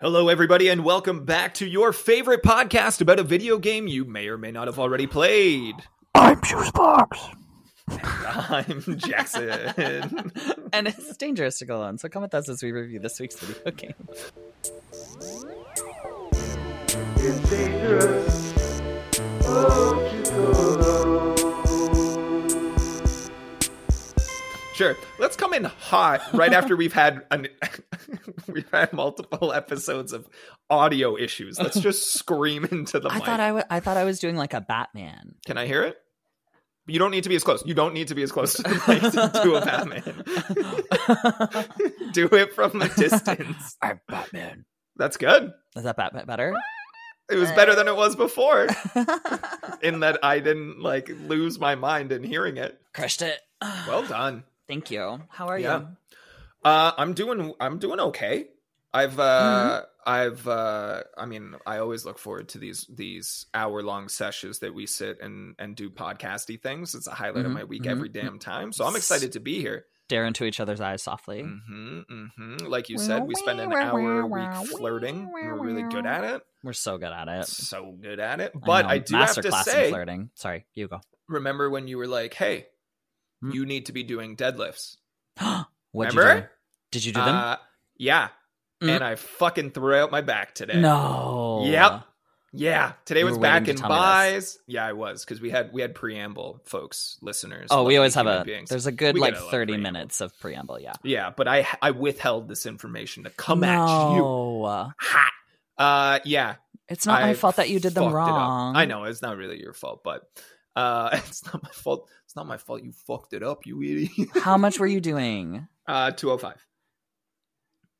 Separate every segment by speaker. Speaker 1: Hello, everybody, and welcome back to your favorite podcast about a video game you may or may not have already played.
Speaker 2: I'm Juicebox.
Speaker 1: I'm Jackson.
Speaker 3: and it's dangerous to go alone. So come with us as we review this week's video game.
Speaker 1: Oh
Speaker 4: It's dangerous. Oh, you go
Speaker 1: sure, let's come in hot right after we've had an we've had multiple episodes of audio issues. Let's just scream into the
Speaker 3: I
Speaker 1: mic.
Speaker 3: thought I wa- I thought I was doing like a Batman.
Speaker 1: Can I hear it? You don't need to be as close. You don't need to be as close to the mic to do a Batman. do it from a distance.
Speaker 3: I'm Batman.
Speaker 1: That's good.
Speaker 3: Is that Batman better?
Speaker 1: It was better than it was before. in that I didn't like lose my mind in hearing it.
Speaker 3: Crushed it.
Speaker 1: Well done.
Speaker 3: Thank you. How are
Speaker 1: Yeah.
Speaker 3: you?
Speaker 1: Uh, I'm doing. I'm doing okay. I've.
Speaker 3: Mm-hmm.
Speaker 1: Uh, I've. Uh, I mean, I always look forward to these these hour long sessions that we sit and and do podcasty things. It's a highlight of
Speaker 3: Mhm,
Speaker 1: my week
Speaker 3: mhm,
Speaker 1: every damn time. So I'm excited to be here.
Speaker 3: Stare into each other's eyes softly.
Speaker 1: hmm hmm Like you said, we spend an hour a week flirting. and We're really good at it.
Speaker 3: We're so good at it.
Speaker 1: So good at it. But
Speaker 3: know.
Speaker 1: I do have to
Speaker 3: Masterclass in
Speaker 1: say,
Speaker 3: flirting. Sorry, you go.
Speaker 1: remember when you were like, "Hey,
Speaker 3: Mm.
Speaker 1: you need to be doing deadlifts."
Speaker 3: What'd
Speaker 1: remember?
Speaker 3: you do? Did you do them?
Speaker 1: Uh, yeah.
Speaker 3: Mm.
Speaker 1: And I fucking threw out my back today.
Speaker 3: no.
Speaker 1: Yep. Yeah. Today
Speaker 3: You
Speaker 1: was
Speaker 3: were waiting
Speaker 1: back
Speaker 3: to
Speaker 1: in
Speaker 3: tell me this.
Speaker 1: buys. Yeah, I was because we had we had preamble folks, listeners.
Speaker 3: Oh, we
Speaker 1: lovely
Speaker 3: always have
Speaker 1: human
Speaker 3: a.
Speaker 1: beings.
Speaker 3: There's a good
Speaker 1: We
Speaker 3: like
Speaker 1: gotta love
Speaker 3: 30
Speaker 1: preamble.
Speaker 3: minutes of preamble. Yeah.
Speaker 1: Yeah, but I I withheld this information to come at you.
Speaker 3: no.
Speaker 1: Ha. Uh, yeah.
Speaker 3: It's not my
Speaker 1: I
Speaker 3: fault that you
Speaker 1: fucked
Speaker 3: did them
Speaker 1: it up.
Speaker 3: wrong.
Speaker 1: I know it's not really your fault, but uh, it's not my fault. It's not my fault. You fucked it up, you idiot.
Speaker 3: How much were you doing?
Speaker 1: Uh, two oh five.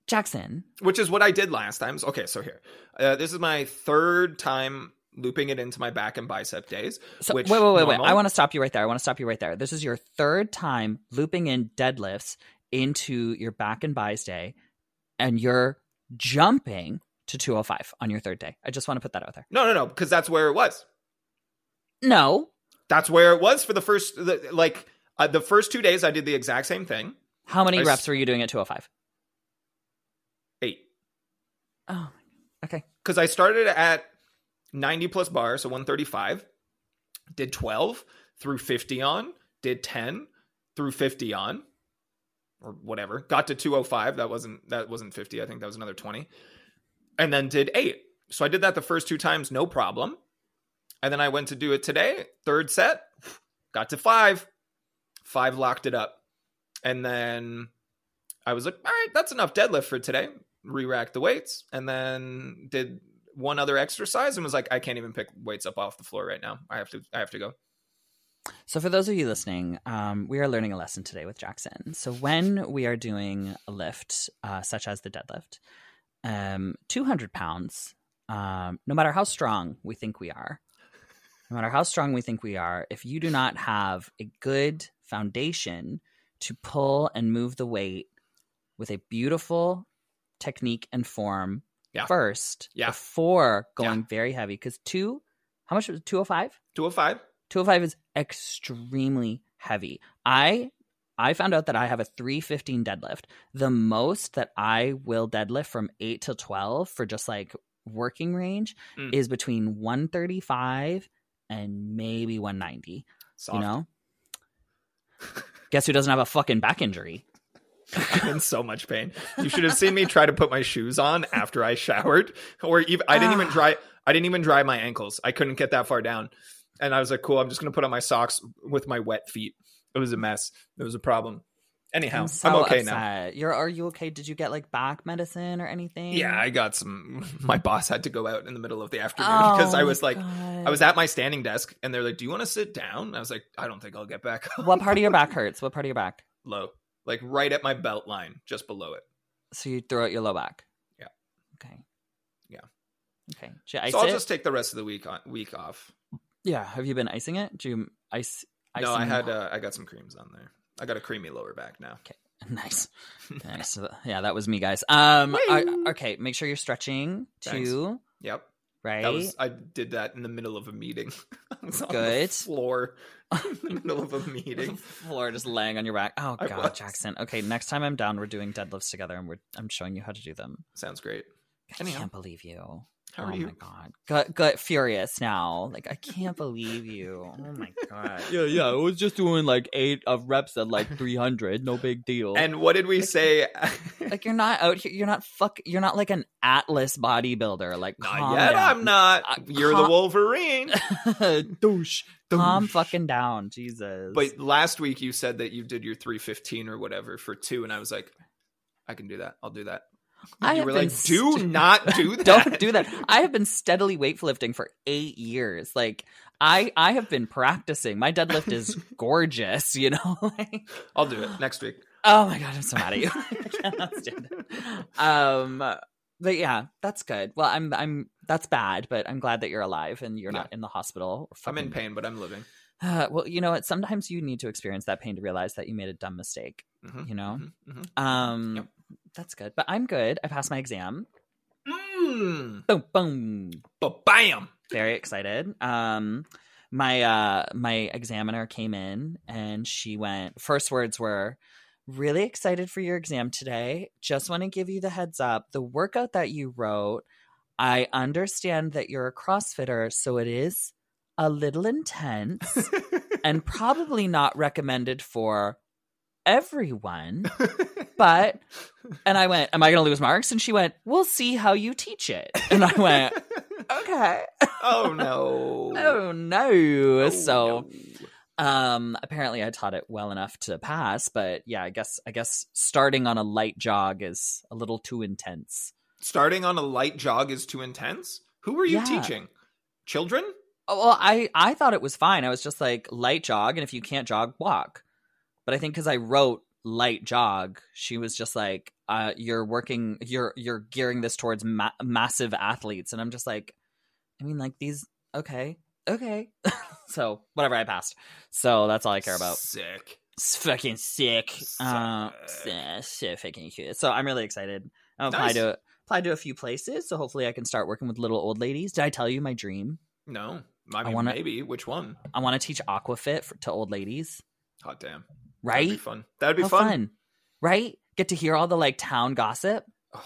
Speaker 3: Jackson.
Speaker 1: which is what I did last time. So- Okay, so here, uh, this is my third time looping it into my back and bicep days.
Speaker 3: So,
Speaker 1: which
Speaker 3: wait, wait, wait, wait.
Speaker 1: normal-
Speaker 3: I want to stop you right there. I want to stop you right there. This is your third time looping in deadlifts into your back and buys day, and you're jumping to 205 on your third day. I just want to put that out there.
Speaker 1: No, no, no, because that's where it was.
Speaker 3: No.
Speaker 1: That's where it was for the first, the, like uh, the first two days. I did the exact same thing.
Speaker 3: How many
Speaker 1: I s-
Speaker 3: reps were you doing at 205?
Speaker 1: Eight,
Speaker 3: Oh, okay.
Speaker 1: because I started at ninety plus bar, so one thirty five. Did twelve through fifty on. Did ten through fifty on, or whatever. Got to two oh five. That wasn't that wasn't fifty. I think that was another twenty. and then did eight. So I did that the first two times, no problem. And then I went to do it today, third set, got to five, five locked it up. And then I was like, all right, that's enough deadlift for today. Re racked the weights and then did one other exercise and was like, I can't even pick weights up off the floor right now. I have to, I have to go.
Speaker 3: So, for those of you listening, um, we are learning a lesson today with Jackson. So, when we are doing a lift, uh, such as the deadlift, um, 200 pounds, um, no matter how strong we think we are, no matter how strong we think we are, if you do not have a good foundation to pull and move the weight with a beautiful technique and form
Speaker 1: Yeah.
Speaker 3: first,
Speaker 1: Yeah.
Speaker 3: before going very heavy, because two, oh how much was it, 205?
Speaker 1: 205.
Speaker 3: 205 is extremely heavy. I I found out that I have a 315 deadlift. The most that I will deadlift from 8 to 12 for just like working range
Speaker 1: Mm.
Speaker 3: is between 135 and maybe 190,
Speaker 1: Soft.
Speaker 3: you know? Guess who doesn't have a fucking back injury?
Speaker 1: I'm in so much pain. You should have seen me try to put my shoes on after I showered, or even I didn't even
Speaker 3: Ah.
Speaker 1: dry. I didn't even dry my ankles. I couldn't get that far down, and I was like, "Cool, I'm just gonna put on my socks with my wet feet." It was a mess. It was a problem. Anyhow, I'm,
Speaker 3: so
Speaker 1: okay now.
Speaker 3: upset. You're are you okay? Did you get like back medicine or anything?
Speaker 1: Yeah, I got some. My boss had to go out in the middle of the afternoon because I
Speaker 3: Oh,
Speaker 1: was like,
Speaker 3: God.
Speaker 1: I was at my standing desk, and they're like, "Do you want to sit down?" And I was like, "I don't think I'll get back up."
Speaker 3: What part of your back hurts? What part of your back?
Speaker 1: low, like right at my belt line, just below it.
Speaker 3: So you throw out your low back.
Speaker 1: Yeah.
Speaker 3: Okay.
Speaker 1: Yeah.
Speaker 3: Okay. Should I ice
Speaker 1: so I'll
Speaker 3: it?
Speaker 1: just take the rest of the week on, week off.
Speaker 3: yeah. Have you been icing it? Do you ice? ice
Speaker 1: no, I
Speaker 3: and-
Speaker 1: had uh, I got some creams on there. I got a creamy lower back now.
Speaker 3: nice. nice. Yeah, that was me, guys. Um. I-
Speaker 1: Whee!
Speaker 3: okay. Make sure you're stretching
Speaker 1: Thanks.
Speaker 3: too.
Speaker 1: Yep,
Speaker 3: Right.
Speaker 1: that was I did that in the middle of a meeting. I was on the
Speaker 3: Good.
Speaker 1: floor in the middle of a meeting.
Speaker 3: Floor just laying on your back. Oh
Speaker 1: I
Speaker 3: God,
Speaker 1: was.
Speaker 3: Jackson. Okay, next time I'm down, we're doing deadlifts together, and we're I'm showing you how to do them.
Speaker 1: Sounds great.
Speaker 3: I
Speaker 1: Anyhow.
Speaker 3: can't believe you.
Speaker 1: How
Speaker 3: oh
Speaker 1: are
Speaker 3: my
Speaker 1: you?
Speaker 3: god. Gut gut furious now. Like I can't believe you. Oh my god.
Speaker 5: Yeah, yeah. I was just doing like eight of reps at like 300. No big deal.
Speaker 1: And what did we say?
Speaker 3: Like you're not out here you're not fuck you're not like an atlas bodybuilder. Like
Speaker 1: not
Speaker 3: calm
Speaker 1: yet.
Speaker 3: down.
Speaker 1: I'm not.
Speaker 3: Uh,
Speaker 1: You're the
Speaker 3: calm-
Speaker 1: Wolverine.
Speaker 5: douche.
Speaker 3: calm fucking down, Jesus.
Speaker 1: But last week you said that you did your 315 or whatever for two, and I was like, I can do that. I'll do that.
Speaker 3: I
Speaker 1: you
Speaker 3: have
Speaker 1: were
Speaker 3: been
Speaker 1: like, do
Speaker 3: st-
Speaker 1: not do that.
Speaker 3: don't do that. I have been steadily weightlifting for eight years. Like I, I have been practicing. My deadlift is gorgeous. You know. Like,
Speaker 1: I'll do it next week.
Speaker 3: oh my god, I'm so mad at you. I cannot stand it. Um, but yeah, that's good. Well, I'm, I'm. That's bad, but I'm glad that you're alive and you're
Speaker 1: Yeah.
Speaker 3: not in the hospital. Or
Speaker 1: I'm in
Speaker 3: fucking-
Speaker 1: pain, but I'm living.
Speaker 3: Uh, well, you know what? Sometimes you need to experience that pain to realize that you made a dumb mistake.
Speaker 1: Mhm,
Speaker 3: You know.
Speaker 1: mhm, mhm.
Speaker 3: Um,
Speaker 1: Yep.
Speaker 3: that's good. But I'm good. I passed my exam.
Speaker 1: Mm,
Speaker 3: Boom, boom.
Speaker 1: but bam.
Speaker 3: very excited. Um, my uh, my examiner came in and she went. First words were, "Really excited for your exam today. Just want to give you the heads up. The workout that you wrote, I understand that you're a CrossFitter, so it is a little intense and probably not recommended for everyone." But and I went, "Am I going to lose marks?" And she went, "We'll see how you teach it." And I went, "Okay."
Speaker 1: oh no.
Speaker 3: Oh no.
Speaker 1: Oh,
Speaker 3: so
Speaker 1: no.
Speaker 3: um apparently I taught it well enough to pass, but yeah, I guess I guess starting on a light jog is a little too intense.
Speaker 1: starting on a light jog is too intense. Who are you
Speaker 3: Yeah.
Speaker 1: teaching? Children?
Speaker 3: Oh, well, I I thought it was fine. I was just like light jog and if you can't jog, walk. But I think cuz I wrote light jog, she was just like uh you're working you're you're gearing this towards ma- massive athletes and I'm just like I mean like these okay. Okay. so, whatever I passed. So, that's all I care about.
Speaker 1: Sick.
Speaker 3: It's fucking sick. Uh,
Speaker 1: Sick.
Speaker 3: s- so fucking cute. So I'm really excited. I
Speaker 1: Nice.
Speaker 3: applied to applied to a few places, so hopefully I can start working with little old ladies. Did I tell you my dream?
Speaker 1: No. I
Speaker 3: I
Speaker 1: mean,
Speaker 3: wanna-
Speaker 1: maybe. Which one?
Speaker 3: I want to teach aquafit for, to old ladies,
Speaker 1: Hot damn. That'd be
Speaker 3: right?
Speaker 1: fun. That'd be
Speaker 3: How
Speaker 1: fun.
Speaker 3: right? Get to hear all the like town gossip,
Speaker 1: Oh,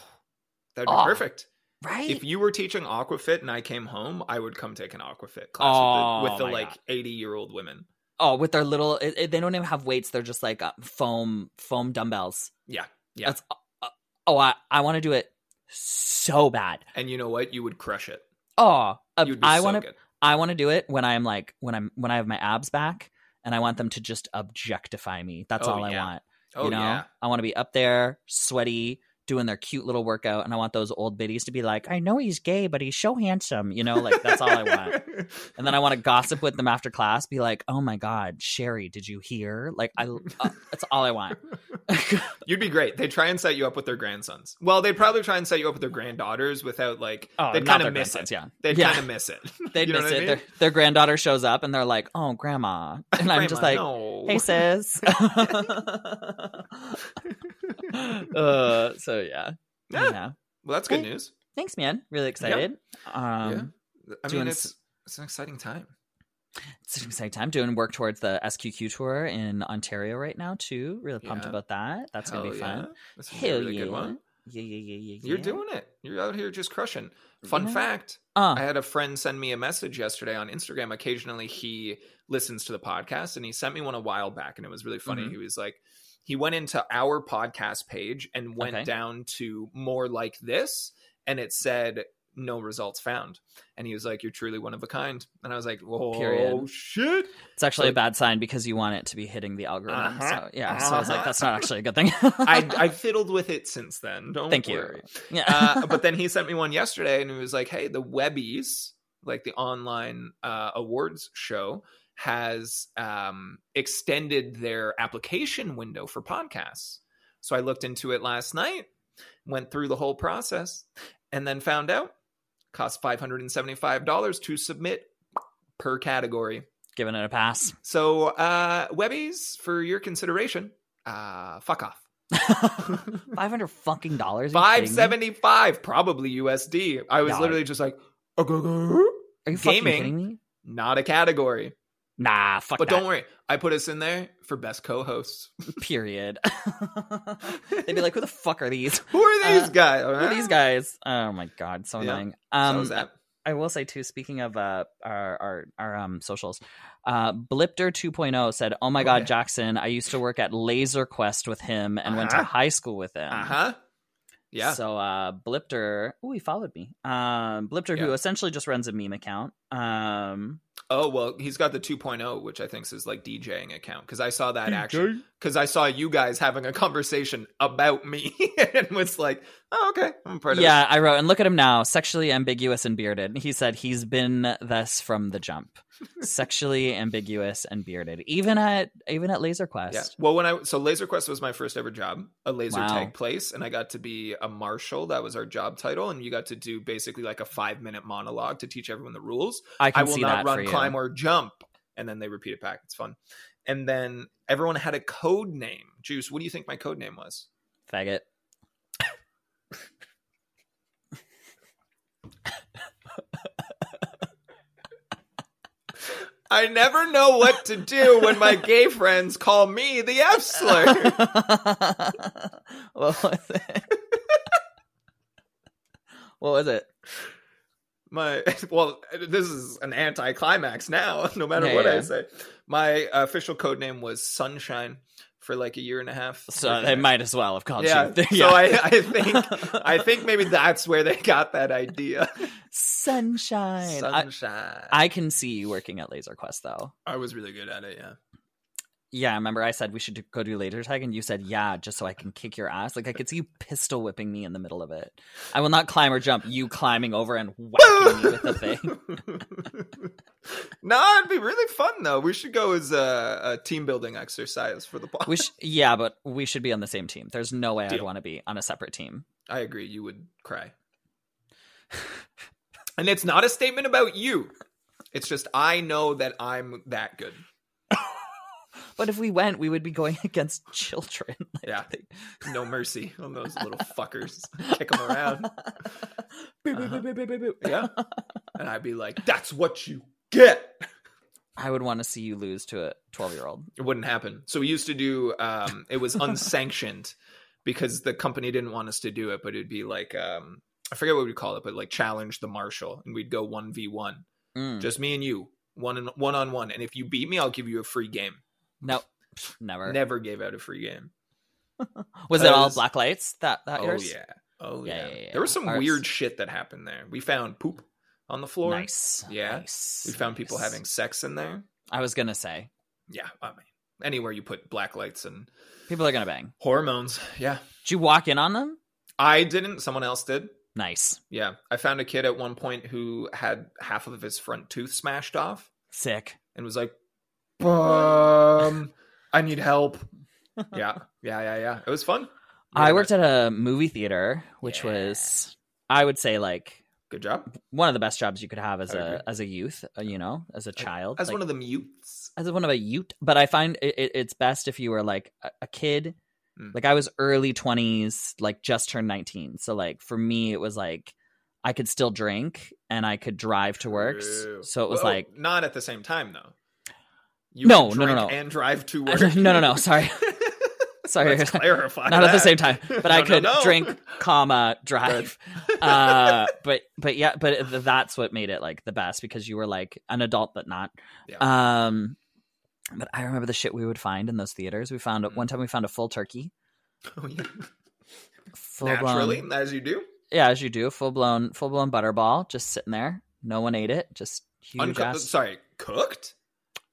Speaker 1: that'd be
Speaker 3: Oh,
Speaker 1: perfect.
Speaker 3: right?
Speaker 1: If you were teaching Aquafit and I came home, I would come take an Aquafit class
Speaker 3: Oh,
Speaker 1: with the, with the
Speaker 3: my
Speaker 1: like
Speaker 3: God.
Speaker 1: 80 year old women.
Speaker 3: oh, with their little, it, it- they don't even have weights; they're just like uh, foam foam dumbbells.
Speaker 1: Yeah. Yeah.
Speaker 3: That's, uh, oh, I I want to do it so bad.
Speaker 1: And you know what? You would crush it.
Speaker 3: Oh, uh,
Speaker 1: You'd be
Speaker 3: I
Speaker 1: so
Speaker 3: want to
Speaker 1: good.
Speaker 3: I want to do it when I'm like when I'm when I have my abs back and I want them to just objectify me. That's
Speaker 1: Oh,
Speaker 3: all
Speaker 1: yeah.
Speaker 3: I want.
Speaker 1: Oh,
Speaker 3: you know,
Speaker 1: yeah.
Speaker 3: I want to be up there, sweaty, doing their cute little workout, and I want those old biddies to be like, "I know he's gay, but he's so handsome." You know, like that's all I want. And then I want to gossip with them after class, be like, "Oh my god, Sherry, did you hear?" Like I, uh, that's all I want.
Speaker 1: You'd be great. They try and set you up with their grandsons. Well, they'd probably try and set you up with their granddaughters without like
Speaker 3: Oh,
Speaker 1: they'd
Speaker 3: not
Speaker 1: kind
Speaker 3: their
Speaker 1: of miss
Speaker 3: grandsons,
Speaker 1: it.
Speaker 3: Yeah,
Speaker 1: They'd
Speaker 3: Yeah.
Speaker 1: kind of miss it.
Speaker 3: they'd
Speaker 1: You know
Speaker 3: miss
Speaker 1: what I
Speaker 3: it.
Speaker 1: mean?
Speaker 3: Their, their granddaughter shows up, and they're like, "Oh, grandma," and I'm just
Speaker 1: Grandma,
Speaker 3: like,
Speaker 1: no.
Speaker 3: hey sis uh, so yeah
Speaker 1: Yeah.
Speaker 3: yeah
Speaker 1: Well, that's good
Speaker 3: Hey.
Speaker 1: news.
Speaker 3: thanks man really excited um
Speaker 1: I
Speaker 3: doing
Speaker 1: mean,
Speaker 3: s-
Speaker 1: it's it's an exciting time.
Speaker 3: it's an exciting time doing work towards the sqqq tour in ontario right now too really pumped
Speaker 1: Yeah.
Speaker 3: about that that's gonna be
Speaker 1: Hell yeah.
Speaker 3: fun
Speaker 1: That's a
Speaker 3: Hell
Speaker 1: really
Speaker 3: yeah.
Speaker 1: good one.
Speaker 3: yeah yeah yeah yeah
Speaker 1: You're
Speaker 3: yeah.
Speaker 1: doing it. You're out here just crushing. Fun
Speaker 3: Yeah.
Speaker 1: fact:
Speaker 3: uh,
Speaker 1: I had a friend send me a message yesterday on Instagram. Occasionally, he listens to the podcast, and he sent me one a while back, and it was really funny.
Speaker 3: Mhm.
Speaker 1: He was like, he went into our podcast page and went
Speaker 3: Okay.
Speaker 1: down to more like this, and it said no results found. And he was like, "You're truly one of a kind." And I was like, "Whoa,
Speaker 3: Period.
Speaker 1: shit!"
Speaker 3: it's actually
Speaker 1: so-
Speaker 3: a bad sign because you want it to be hitting the algorithm
Speaker 1: Uh-huh.
Speaker 3: so yeah so i was like
Speaker 1: Uh-huh.
Speaker 3: that's not actually a good thing
Speaker 1: I, I fiddled with it since then. Don't
Speaker 3: thank you
Speaker 1: worry.
Speaker 3: yeah
Speaker 1: uh, but then he sent me one yesterday and he was like, hey, the Webbies, like the online uh, awards show, has um, extended their application window for podcasts. So I looked into it last night, went through the whole process, and then found out costs $575 to submit per category.
Speaker 3: giving it a pass
Speaker 1: So, uh, Webbies, for your consideration, uh, fuck off.
Speaker 3: 500 fucking dollars Are you kidding me?
Speaker 1: 575 probably usd i was
Speaker 3: No, I-
Speaker 1: literally just like "Uh, go, go."
Speaker 3: are you fucking
Speaker 1: gaming.
Speaker 3: kidding me
Speaker 1: not a category
Speaker 3: Nah, fuck
Speaker 1: But
Speaker 3: that.
Speaker 1: don't worry, I put us in there for best co-hosts.
Speaker 3: Period. They'd be like, who the fuck are these?
Speaker 1: Who are these
Speaker 3: Uh,
Speaker 1: guys?
Speaker 3: Who are these guys? Oh my god, so
Speaker 1: Yeah.
Speaker 3: annoying.
Speaker 1: So
Speaker 3: Um,
Speaker 1: is that-
Speaker 3: I will say too. Speaking of uh, our our our um socials, uh, Blipter 2.0 said, "Oh my
Speaker 1: Oh,
Speaker 3: god,
Speaker 1: yeah.
Speaker 3: Jackson! I used to work at Laser Quest with him and went to
Speaker 1: Uh-huh.
Speaker 3: high school with him."
Speaker 1: Uh-huh. Yeah.
Speaker 3: uh, um, So uh, Blipter, oh, he followed me. Um, Blipter, who
Speaker 1: Yeah.
Speaker 3: essentially just runs a meme account. Um,
Speaker 1: oh, well, he's got the 2.0, which I think is like DJing account cuz I saw that actually
Speaker 5: DJ?
Speaker 1: cuz I saw you guys having a conversation about me and was like, "Oh, okay. I'm part of it."
Speaker 3: yeah, I wrote and look at him now, sexually ambiguous and bearded. He said he's been thus from the jump, sexually ambiguous and bearded. Even at even at Laser Quest.
Speaker 1: Yeah. Well, when I so Laser Quest was my first ever job, a laser
Speaker 3: Wow.
Speaker 1: tag place, and I got to be a marshal. That was our job title, and you got to do basically like a five minute monologue to teach everyone the rules.
Speaker 3: I
Speaker 1: I,
Speaker 3: can
Speaker 1: will
Speaker 3: see
Speaker 1: not
Speaker 3: that for
Speaker 1: run,
Speaker 3: you.
Speaker 1: climb, or jump, and then they repeat it back. It's fun. And then everyone had a code name. Juice, what do you think my code name was?
Speaker 3: Faggot.
Speaker 1: I never know what to do when my gay friends call me the F slur.
Speaker 3: what was it? what was it?
Speaker 1: my well this is an anticlimax now no matter
Speaker 3: Yeah,
Speaker 1: what i
Speaker 3: yeah.
Speaker 1: say my official code name was sunshine for like a year and a half
Speaker 3: So they might as well have called
Speaker 1: yeah,
Speaker 3: you.
Speaker 1: so I, I think i think maybe that's where they got that idea
Speaker 3: sunshine. I,
Speaker 1: sunshine I,
Speaker 3: I can see you working at Laser Quest though.
Speaker 1: was really good at it yeah
Speaker 3: Yeah, remember I said we should do- go do laser tag, and you said yeah, just so I can kick your ass. Like I could see you pistol whipping me in the middle of it. I will not climb or jump. You climbing over and whacking me with the thing.
Speaker 1: no it'd be really fun though we should go as a, a team building exercise for the
Speaker 3: We
Speaker 1: pod
Speaker 3: sh- yeah, but we should be on the same team. There's no way I'd
Speaker 1: Deal.
Speaker 3: want to be on a separate team.
Speaker 1: i agree you would cry and it's not a statement about you it's just i know that i'm that good
Speaker 3: But if we went, we would be going against children.
Speaker 1: Yeah. No mercy on those little fuckers. Kick them around.
Speaker 3: Uh-huh.
Speaker 1: Yeah. And I'd be like, that's what you get.
Speaker 3: I would want to see you lose to a 12 year old.
Speaker 1: It wouldn't happen. So we used to do, um, it was unsanctioned because the company didn't want us to do it, but it'd be like, um, I forget what we call it, but like challenge the marshal. And we'd go 1v1.
Speaker 3: Hmm. Mm,
Speaker 1: Just me and you, one and one on one. And if you beat me, I'll give you a free game.
Speaker 3: No, pff, never.
Speaker 1: Never gave out a free game.
Speaker 3: Was it all
Speaker 1: Cause-
Speaker 3: black lights? That that
Speaker 1: Oh,
Speaker 3: yours?
Speaker 1: yeah. Oh,
Speaker 3: Yeah,
Speaker 1: yeah.
Speaker 3: yeah, yeah.
Speaker 1: There was some
Speaker 3: Ours-
Speaker 1: weird shit that happened there. We found poop on the floor.
Speaker 3: Nice.
Speaker 1: Yeah.
Speaker 3: Nice.
Speaker 1: We found people
Speaker 3: nice.
Speaker 1: having sex in there.
Speaker 3: I was gonna say
Speaker 1: Yeah, I mean, anywhere you put black lights and
Speaker 3: people are gonna bang.
Speaker 1: hormones. Yeah,
Speaker 3: Did you walk in on them?
Speaker 1: I didn't. Someone else did.
Speaker 3: Nice.
Speaker 1: Yeah, I found a kid at one point who had half of his front tooth smashed off
Speaker 3: Sick.
Speaker 1: and was like, "Um, I need help." Yeah, yeah, yeah, yeah. It was fun.
Speaker 3: I worked at a movie theater, which was I would say like
Speaker 1: Good job.
Speaker 3: one of the best jobs you could have as
Speaker 1: I
Speaker 3: a
Speaker 1: agree.
Speaker 3: as a youth, uh, you know, as a child.
Speaker 1: As
Speaker 3: like,
Speaker 1: one of the mutes.
Speaker 3: as one of a youth, but I find it, it, it's best if you were like a, a kid.
Speaker 1: Mm.
Speaker 3: Like I was early 20s, like just turned 19. So like for me it was like I could still drink and I could drive to work. s-
Speaker 1: True.
Speaker 3: So it was
Speaker 1: Well,
Speaker 3: like
Speaker 1: not at the same time though. You
Speaker 3: No,
Speaker 1: could
Speaker 3: no, no,
Speaker 1: drink
Speaker 3: no.
Speaker 1: And drive to
Speaker 3: No,
Speaker 1: work.
Speaker 3: no, no, sorry. sorry.
Speaker 1: Let's clarify.
Speaker 3: Not at the
Speaker 1: that.
Speaker 3: same time, but I
Speaker 1: No, no,
Speaker 3: could
Speaker 1: no.
Speaker 3: drink, comma, drive. uh but but yeah, but th- that's what made it like the best because you were like an adult but not. Um but I remember the shit we would find in those theaters. We found
Speaker 1: Mm.
Speaker 3: one time we found a full turkey.
Speaker 1: Oh, yeah.
Speaker 3: Full
Speaker 1: Naturally,
Speaker 3: blown
Speaker 1: as you do.
Speaker 3: yeah, as you do, full blown, full blown butterball, just sitting there. No one ate it. Just huge
Speaker 1: Uncooked.
Speaker 3: ass
Speaker 1: Sorry, cooked.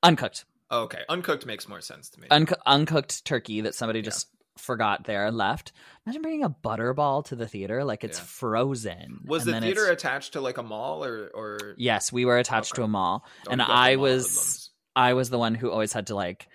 Speaker 3: uncooked,
Speaker 1: Okay, uncooked makes more sense to me.
Speaker 3: Unco- uncooked turkey that somebody just forgot there and left. Imagine bringing a butterball to the theater like it's
Speaker 1: Yeah.
Speaker 3: frozen.
Speaker 1: was
Speaker 3: and
Speaker 1: the
Speaker 3: then
Speaker 1: theater
Speaker 3: it's-
Speaker 1: attached to like a mall or or?
Speaker 3: Yes, we were attached
Speaker 1: Okay.
Speaker 3: to a mall,
Speaker 1: Oh,
Speaker 3: and
Speaker 1: you guys are
Speaker 3: I
Speaker 1: mall
Speaker 3: was
Speaker 1: hoodlums.
Speaker 3: I was the one who always had to like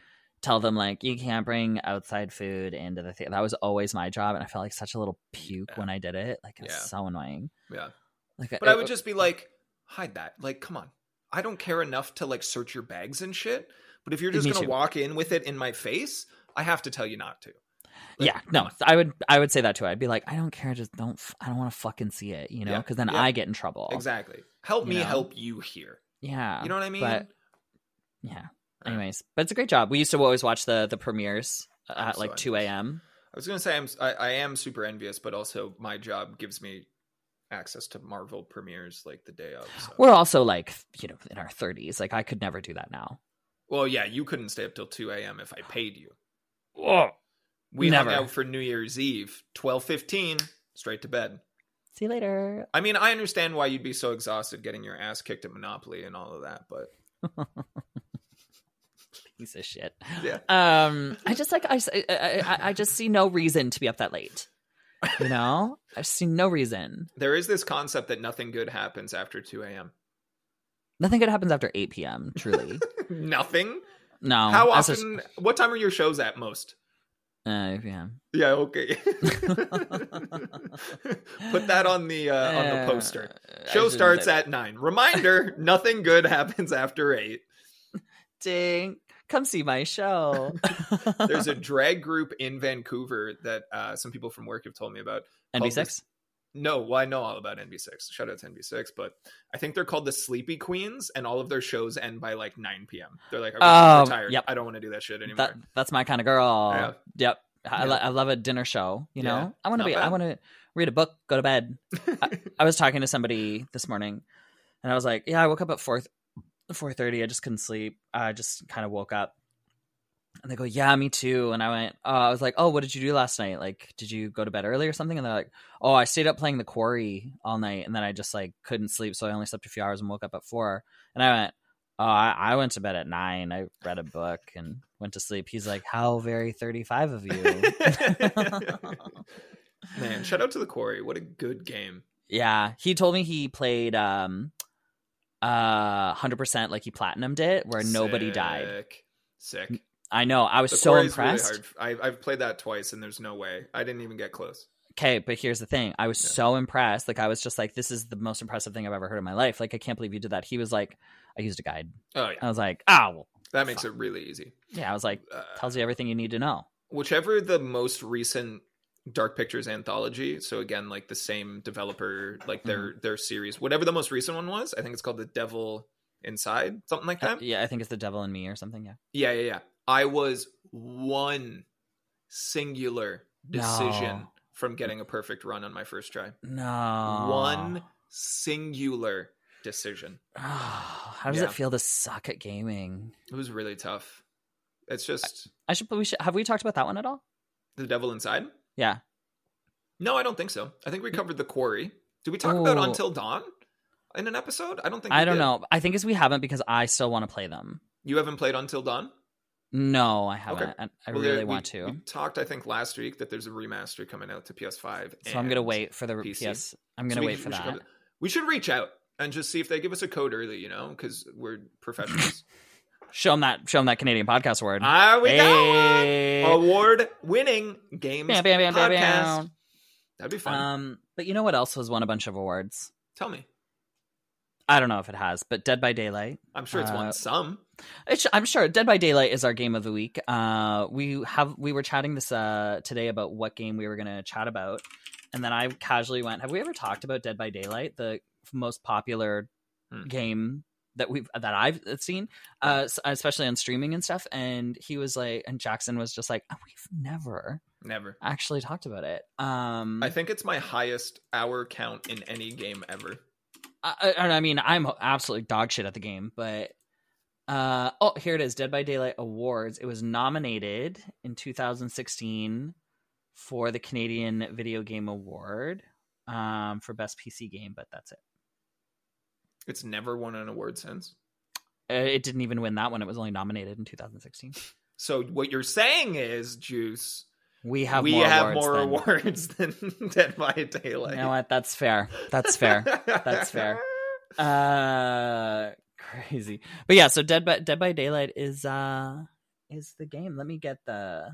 Speaker 3: tell them like you can't bring outside food into the theater. That was always my job, and I felt like such a little puke
Speaker 1: Yeah.
Speaker 3: when I did it. Like it was
Speaker 1: Yeah.
Speaker 3: so annoying.
Speaker 1: Yeah,
Speaker 3: Like,
Speaker 1: but I would just be like, hide that. Like, come on, I don't care enough to like search your bags and shit. But if you're just
Speaker 3: Me
Speaker 1: gonna
Speaker 3: too.
Speaker 1: walk in with it in my face, I have to tell you not to. like,
Speaker 3: yeah no i would i would say that too i'd be like i don't care just don't f- i don't want to fucking see it you know
Speaker 1: Yeah,
Speaker 3: because then
Speaker 1: yeah.
Speaker 3: i get in trouble
Speaker 1: Exactly. Help
Speaker 3: You
Speaker 1: me
Speaker 3: know?
Speaker 1: help you uh, here.
Speaker 3: yeah
Speaker 1: You know what I mean?
Speaker 3: but- yeah
Speaker 1: Right.
Speaker 3: Anyways, but it's a great job. We used to always watch the the premieres uh,
Speaker 1: I'm
Speaker 3: at
Speaker 1: so
Speaker 3: like two
Speaker 1: envious.
Speaker 3: a.m.
Speaker 1: I was gonna say I'm I, I am super envious, but also my job gives me access to Marvel premieres like the day of. So.
Speaker 3: We're also like you know in our thirties. Like I could never do that now.
Speaker 1: Well, yeah, you couldn't stay up till two a.m. if I paid you.
Speaker 3: Oh,
Speaker 1: We
Speaker 3: Never.
Speaker 1: hung out for New Year's Eve, twelve fifteen, straight to bed.
Speaker 3: see you later.
Speaker 1: I mean, I understand why you'd be so exhausted getting your ass kicked at Monopoly and all of that, but
Speaker 3: Piece of shit.
Speaker 1: Yeah.
Speaker 3: Um, I just like I, s- I- I- I- I just see no reason to be up that late. You know, I see no reason.
Speaker 1: there is this concept that nothing good happens after two a.m.
Speaker 3: Nothing good happens after eight p.m. Truly,
Speaker 1: Nothing.
Speaker 3: no.
Speaker 1: How
Speaker 3: Hmm. Um, that's just-
Speaker 1: often? What time are your shows at most?
Speaker 3: uh, eight p.m.
Speaker 1: Yeah, okay. Put that on the uh, on the
Speaker 3: Uh,
Speaker 1: poster. Show
Speaker 3: I shouldn't
Speaker 1: starts
Speaker 3: say
Speaker 1: at nine. Reminder: nothing good happens after eight.
Speaker 3: ding. Come see my show.
Speaker 1: There's a drag group in Vancouver that uh, some people from work have told me about.
Speaker 3: NB6.
Speaker 1: No, well, I know all about NB6. Shout out to NB6, but I think they're called the Sleepy Queens, and all of their shows end by like 9 p.m. They're like, okay,
Speaker 3: Oh,
Speaker 1: I'm tired.
Speaker 3: yep.
Speaker 1: I don't want to do that shit anymore.
Speaker 3: That that's my kind of girl.
Speaker 1: Yeah.
Speaker 3: Yep. I,
Speaker 1: Yeah.
Speaker 3: lo- I love a dinner show. You know,
Speaker 1: Yeah.
Speaker 3: I want to
Speaker 1: Not
Speaker 3: be. I
Speaker 1: bad.
Speaker 3: want to read a book, go to bed. I, I was talking to somebody this morning, and I was like, "Yeah, I woke up at four four thirty. I just couldn't sleep. I just kind of woke up." And they go, "Yeah, me too." And I went, uh, "I was like, oh, what did you do last night? Like, did you go to bed early or something?" And they're like, "Oh, I stayed up playing the quarry all night, and then I just like couldn't sleep, so I only slept a few hours and woke up at four. And I went, "Oh, I, I went to bed at nine. I read a book and went to sleep." He's like, "How very thirty five of you."
Speaker 1: Man, shout out to the Quarry. What a good game.
Speaker 3: Yeah, he told me he played um uh 100% like he platinumed it where nobody died.
Speaker 1: Sick. Sick.
Speaker 3: I know. I was
Speaker 1: The
Speaker 3: so
Speaker 1: Quarry's
Speaker 3: impressed.
Speaker 1: Really hard. I, I've played that twice, and there's no way. I didn't even get close.
Speaker 3: okay, but here's the thing. I was
Speaker 1: Yeah.
Speaker 3: so impressed. Like I was just like this is the most impressive thing I've ever heard in my life. Like I can't believe you did that. He was like I used a guide.
Speaker 1: Oh yeah,
Speaker 3: I was like, "Oh, well,
Speaker 1: that makes it really easy.
Speaker 3: yeah." I was like
Speaker 1: Uh,
Speaker 3: tells you everything you need to know.
Speaker 1: whichever the most recent Dark Pictures anthology. So again, like the same developer, like their
Speaker 3: Mm-hmm.
Speaker 1: their series, whatever the most recent one was. I think it's called The Devil Inside, something like that.
Speaker 3: yeah, I think it's the devil in me or something, yeah.
Speaker 1: Yeah, yeah, yeah. I was one singular decision
Speaker 3: No.
Speaker 1: from getting a perfect run on my first try.
Speaker 3: No.
Speaker 1: One singular decision.
Speaker 3: how does
Speaker 1: Yeah.
Speaker 3: it feel to suck at gaming?
Speaker 1: It was really tough. It's just
Speaker 3: I should we should have we talked about that one at all?
Speaker 1: The Devil Inside.
Speaker 3: Yeah. Mm.
Speaker 1: No, I don't think so. I think we covered the quarry. Did we talk about
Speaker 3: Oh.
Speaker 1: Until Dawn in an episode? I don't think. we
Speaker 3: I don't
Speaker 1: did.
Speaker 3: know. I think it's we haven't because I still want to play them.
Speaker 1: You haven't played Until Dawn.
Speaker 3: No, I haven't. I, I
Speaker 1: Well, there-
Speaker 3: really
Speaker 1: we-
Speaker 3: want to.
Speaker 1: We talked, I think, last week that there's a remaster coming out to PS5.
Speaker 3: so I'm gonna
Speaker 1: and-
Speaker 3: wait for the re-
Speaker 1: PC.
Speaker 3: PS. I'm gonna
Speaker 1: so we-
Speaker 3: wait for
Speaker 1: we should
Speaker 3: that.
Speaker 1: cover- we should reach out and just see if they give us a code early. You know, because we're professionals.
Speaker 3: Show them that. Show them that Canadian podcast word.
Speaker 1: Are we going?
Speaker 3: Hey!
Speaker 1: Award-winning games
Speaker 3: Bam, bam, bam, bam,
Speaker 1: Oh, podcast.
Speaker 3: bam.
Speaker 1: That'd be fun.
Speaker 3: Um, but you know what else has won a bunch of awards?
Speaker 1: Tell me.
Speaker 3: I don't know if it has, but Dead by Daylight.
Speaker 1: I'm sure it's
Speaker 3: uh,
Speaker 1: won some.
Speaker 3: It's, I'm sure Dead by Daylight is our game of the week. Uh, we have we were chatting this uh today about what game we were gonna chat about, and then I casually went, "Have we ever talked about Dead by Daylight, the most popular
Speaker 1: Hmm.
Speaker 3: game that we've that I've seen, uh, s- especially on streaming and stuff?" And he was like, and Jackson was just like, "Oh, "We've never
Speaker 1: Never.
Speaker 3: actually talked about it." Um,
Speaker 1: I think it's my highest hour count in any game ever.
Speaker 3: I, I, and I mean, I'm absolutely dog shit at the game, but uh, oh, here it is, Dead by Daylight Awards. It was nominated in 2016 for the Canadian Video Game Award um, for best PC game, but that's it.
Speaker 1: It's never won an award since.
Speaker 3: Uh, It didn't even win that one. It was only nominated in 2016.
Speaker 1: So what you're saying is, Juice,
Speaker 3: We have
Speaker 1: we
Speaker 3: more
Speaker 1: have
Speaker 3: awards
Speaker 1: more
Speaker 3: than-
Speaker 1: awards than Dead by
Speaker 3: You
Speaker 1: Daylight.
Speaker 3: know what? That's fair. That's fair. That's fair. uh crazy but yeah so dead by dead by daylight is uh is the game let me get the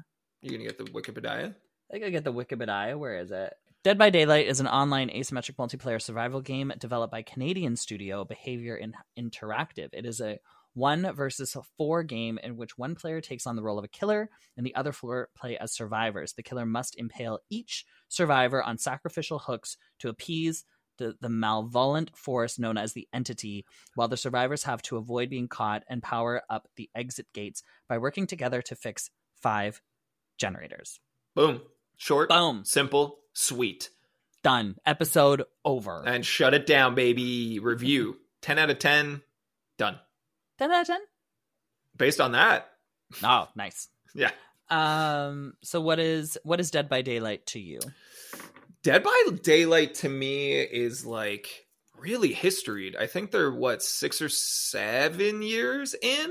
Speaker 1: You're gonna get the Wikipedia.
Speaker 3: i think i get the wikipedia where is it dead by daylight is an online asymmetric multiplayer survival game developed by canadian studio behavior in- interactive it is a one versus four game in which one player takes on the role of a killer and the other four play as survivors the killer must impale each survivor on sacrificial hooks to appease the, the malvolent force known as the entity, while the survivors have to avoid being caught and power up the exit gates by working together to fix five generators.
Speaker 1: Boom. Short,
Speaker 3: Boom.
Speaker 1: simple, sweet.
Speaker 3: Done. Episode over.
Speaker 1: And shut it down, baby. Review 10 out of 10. Done.
Speaker 3: 10 out of 10?
Speaker 1: Based on that,
Speaker 3: Oh, nice.
Speaker 1: Yeah.
Speaker 3: Um. So what is what is Dead by Daylight to you?
Speaker 1: Dead by Daylight to me is like really historied. I think they're what six or seven years in.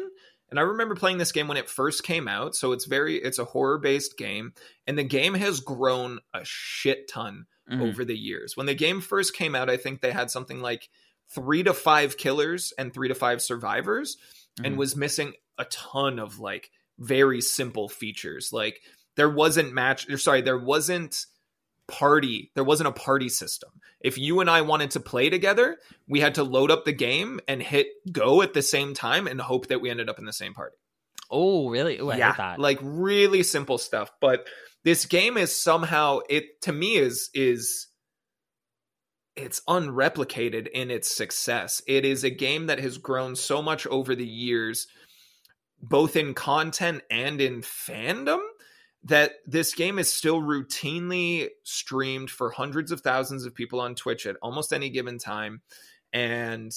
Speaker 1: And I remember playing this game when it first came out, so it's very it's a horror based game, and the game has grown a shit ton
Speaker 3: Mhm.
Speaker 1: over the years. When the game first came out, I think they had something like three to five killers and three to five survivors, and
Speaker 3: Mhm.
Speaker 1: was missing a ton of like very simple features. Like there wasn't match, or sorry, there wasn't party. There wasn't a party system. If you and I wanted to play together, we had to load up the game and hit go at the same time and hope that we ended up in the same party
Speaker 3: Oh, really? Oh, I hate that.
Speaker 1: like really simple stuff. But this game is somehow it to me is is it's unreplicated in its success. It is a game that has grown so much over the years, both in content and in fandom, that this game is still routinely streamed for hundreds of thousands of people on Twitch at almost any given time. And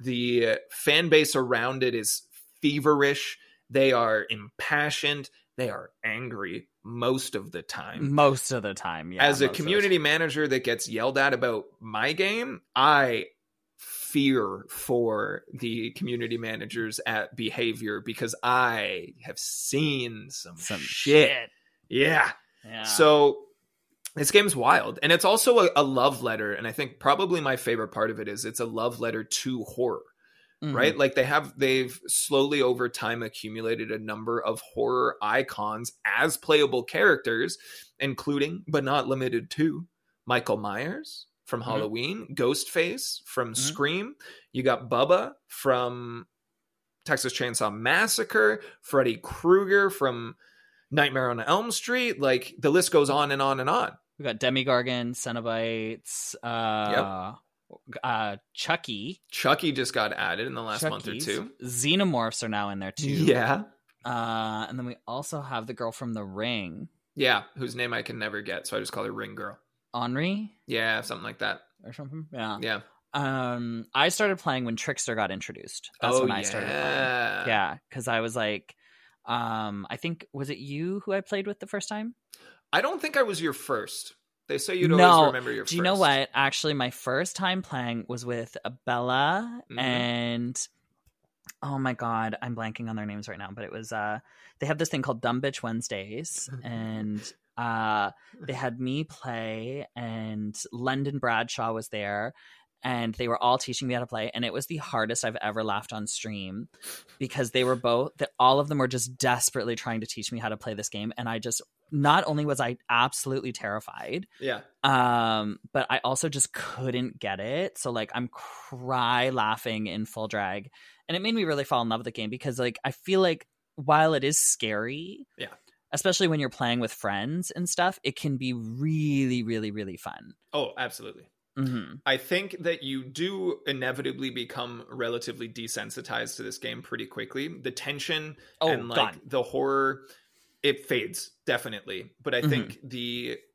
Speaker 1: the fan base around it is feverish. They are impassioned. They are angry most of the time.
Speaker 3: most of the time, yeah.
Speaker 1: As a
Speaker 3: most of the
Speaker 1: community manager that gets yelled at about my game, I fear for the community managers at behavior because I have seen some,
Speaker 3: time. Some
Speaker 1: shit. Yeah.
Speaker 3: Yeah.
Speaker 1: So this game's wild. And it's also a, a love letter. And I think probably my favorite part of it is it's a love letter to horror
Speaker 3: Mhm.
Speaker 1: right like they have they've slowly over time accumulated a number of horror icons as playable characters including but not limited to michael myers from halloween ghostface from scream you got bubba from texas chainsaw massacre freddy krueger from nightmare on elm street like the list goes on and on and on
Speaker 3: We got Demi Gargan, Cenobites, uh, uh, Chucky.
Speaker 1: chucky just got added in the last month or
Speaker 3: Chucky's.
Speaker 1: two
Speaker 3: Xenomorphs are now in there too.
Speaker 1: yeah
Speaker 3: Uh, and then we also have the girl from The Ring,
Speaker 1: yeah whose name i can never get so i just call her ring girl
Speaker 3: Henri
Speaker 1: Yeah, something like that.
Speaker 3: or something. Yeah.
Speaker 1: Yeah.
Speaker 3: Um, I started playing when Trickster got introduced. That's
Speaker 1: oh,
Speaker 3: when I
Speaker 1: yeah.
Speaker 3: started playing. yeah because i was like um i think was it you who i played with the first time
Speaker 1: I don't think I was your first. They say you'd
Speaker 3: No.
Speaker 1: always remember your first.
Speaker 3: do you know what actually my first time playing was with bella
Speaker 1: Mhm.
Speaker 3: and oh my god i'm blanking on their names right now but it was uh they have this thing called dumb bitch wednesdays and uh they had me play and london bradshaw was there and they were all teaching me how to play and it was the hardest i've ever laughed on stream because they were both that all of them were just desperately trying to teach me how to play this game and i just not only was i absolutely terrified
Speaker 1: Yeah.
Speaker 3: um but i also just couldn't get it so like i'm cry laughing in full drag and it made me really fall in love with the game because like i feel like while it is scary
Speaker 1: Yeah.
Speaker 3: especially when you're playing with friends and stuff it can be really really really fun
Speaker 1: Oh, absolutely.
Speaker 3: hmm
Speaker 1: I think that you do inevitably become relatively desensitized to this game pretty quickly. The tension
Speaker 3: oh
Speaker 1: and like
Speaker 3: god
Speaker 1: the horror it fades definitely but i think
Speaker 3: Mm-hmm.
Speaker 1: the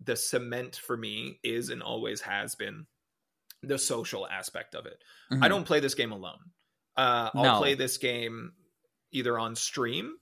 Speaker 1: the cement for me is and always has been the social aspect of it i
Speaker 3: Mhm.
Speaker 1: don't play this game alone uh, i'll
Speaker 3: No.
Speaker 1: play this game either on stream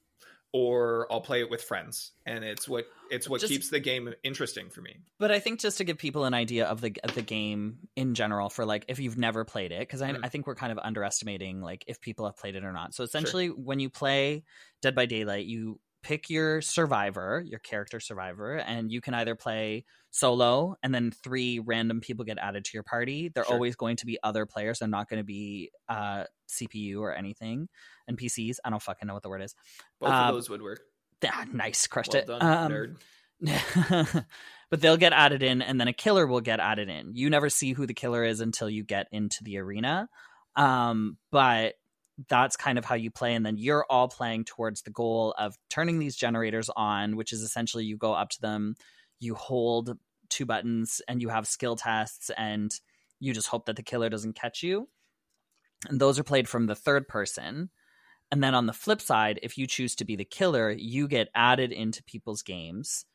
Speaker 1: or i'll play it with friends and it's what it's what
Speaker 3: Just-
Speaker 1: keeps the game interesting for me
Speaker 3: but i think just to give people an idea of the of the game in general for like if you've never played it because I,
Speaker 1: Mm.
Speaker 3: I think we're kind of underestimating like if people have played it or not so essentially when you play dead by daylight you pick your survivor your character survivor and you can either play solo and then three random people get added to your party they're
Speaker 1: Sure.
Speaker 3: always going to be other players they're not going to be uh cpu or anything and pcs i don't fucking know what the word is
Speaker 1: both
Speaker 3: Um,
Speaker 1: of those would work
Speaker 3: Ah, nice crushed
Speaker 1: well
Speaker 3: it
Speaker 1: done
Speaker 3: Um,
Speaker 1: nerd
Speaker 3: but they'll get added in and then a killer will get added in you never see who the killer is until you get into the arena um, but that's kind of how you play and then you're all playing towards the goal of turning these generators on which is essentially you go up to them you hold two buttons and you have skill tests and you just hope that the killer doesn't catch you. And those are played from the third person. And then on the flip side, if you choose to be the killer, you get added into people's games.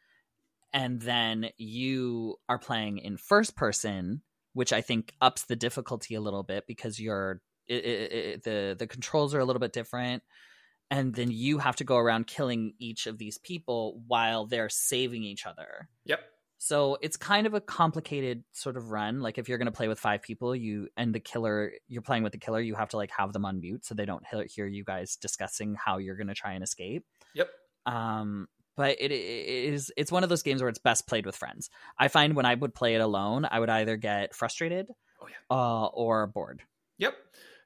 Speaker 3: And then you are playing in first person, which I think ups the difficulty a little bit because you're it, it, it, the the controls are a little bit different and then you have to go around killing each of these people while they're saving each other.
Speaker 1: Yep.
Speaker 3: So it's kind of a complicated sort of run. Like if you're going to play with five people, you and the killer, you're playing with the killer, you have to like have them on mute so they don't he- hear you guys discussing how you're going to try and escape.
Speaker 1: Yep.
Speaker 3: Um, but it, it is it's one of those games where it's best played with friends. I find when I would play it alone, I would either get frustrated,
Speaker 1: Oh, yeah.
Speaker 3: uh, or bored.
Speaker 1: Yep.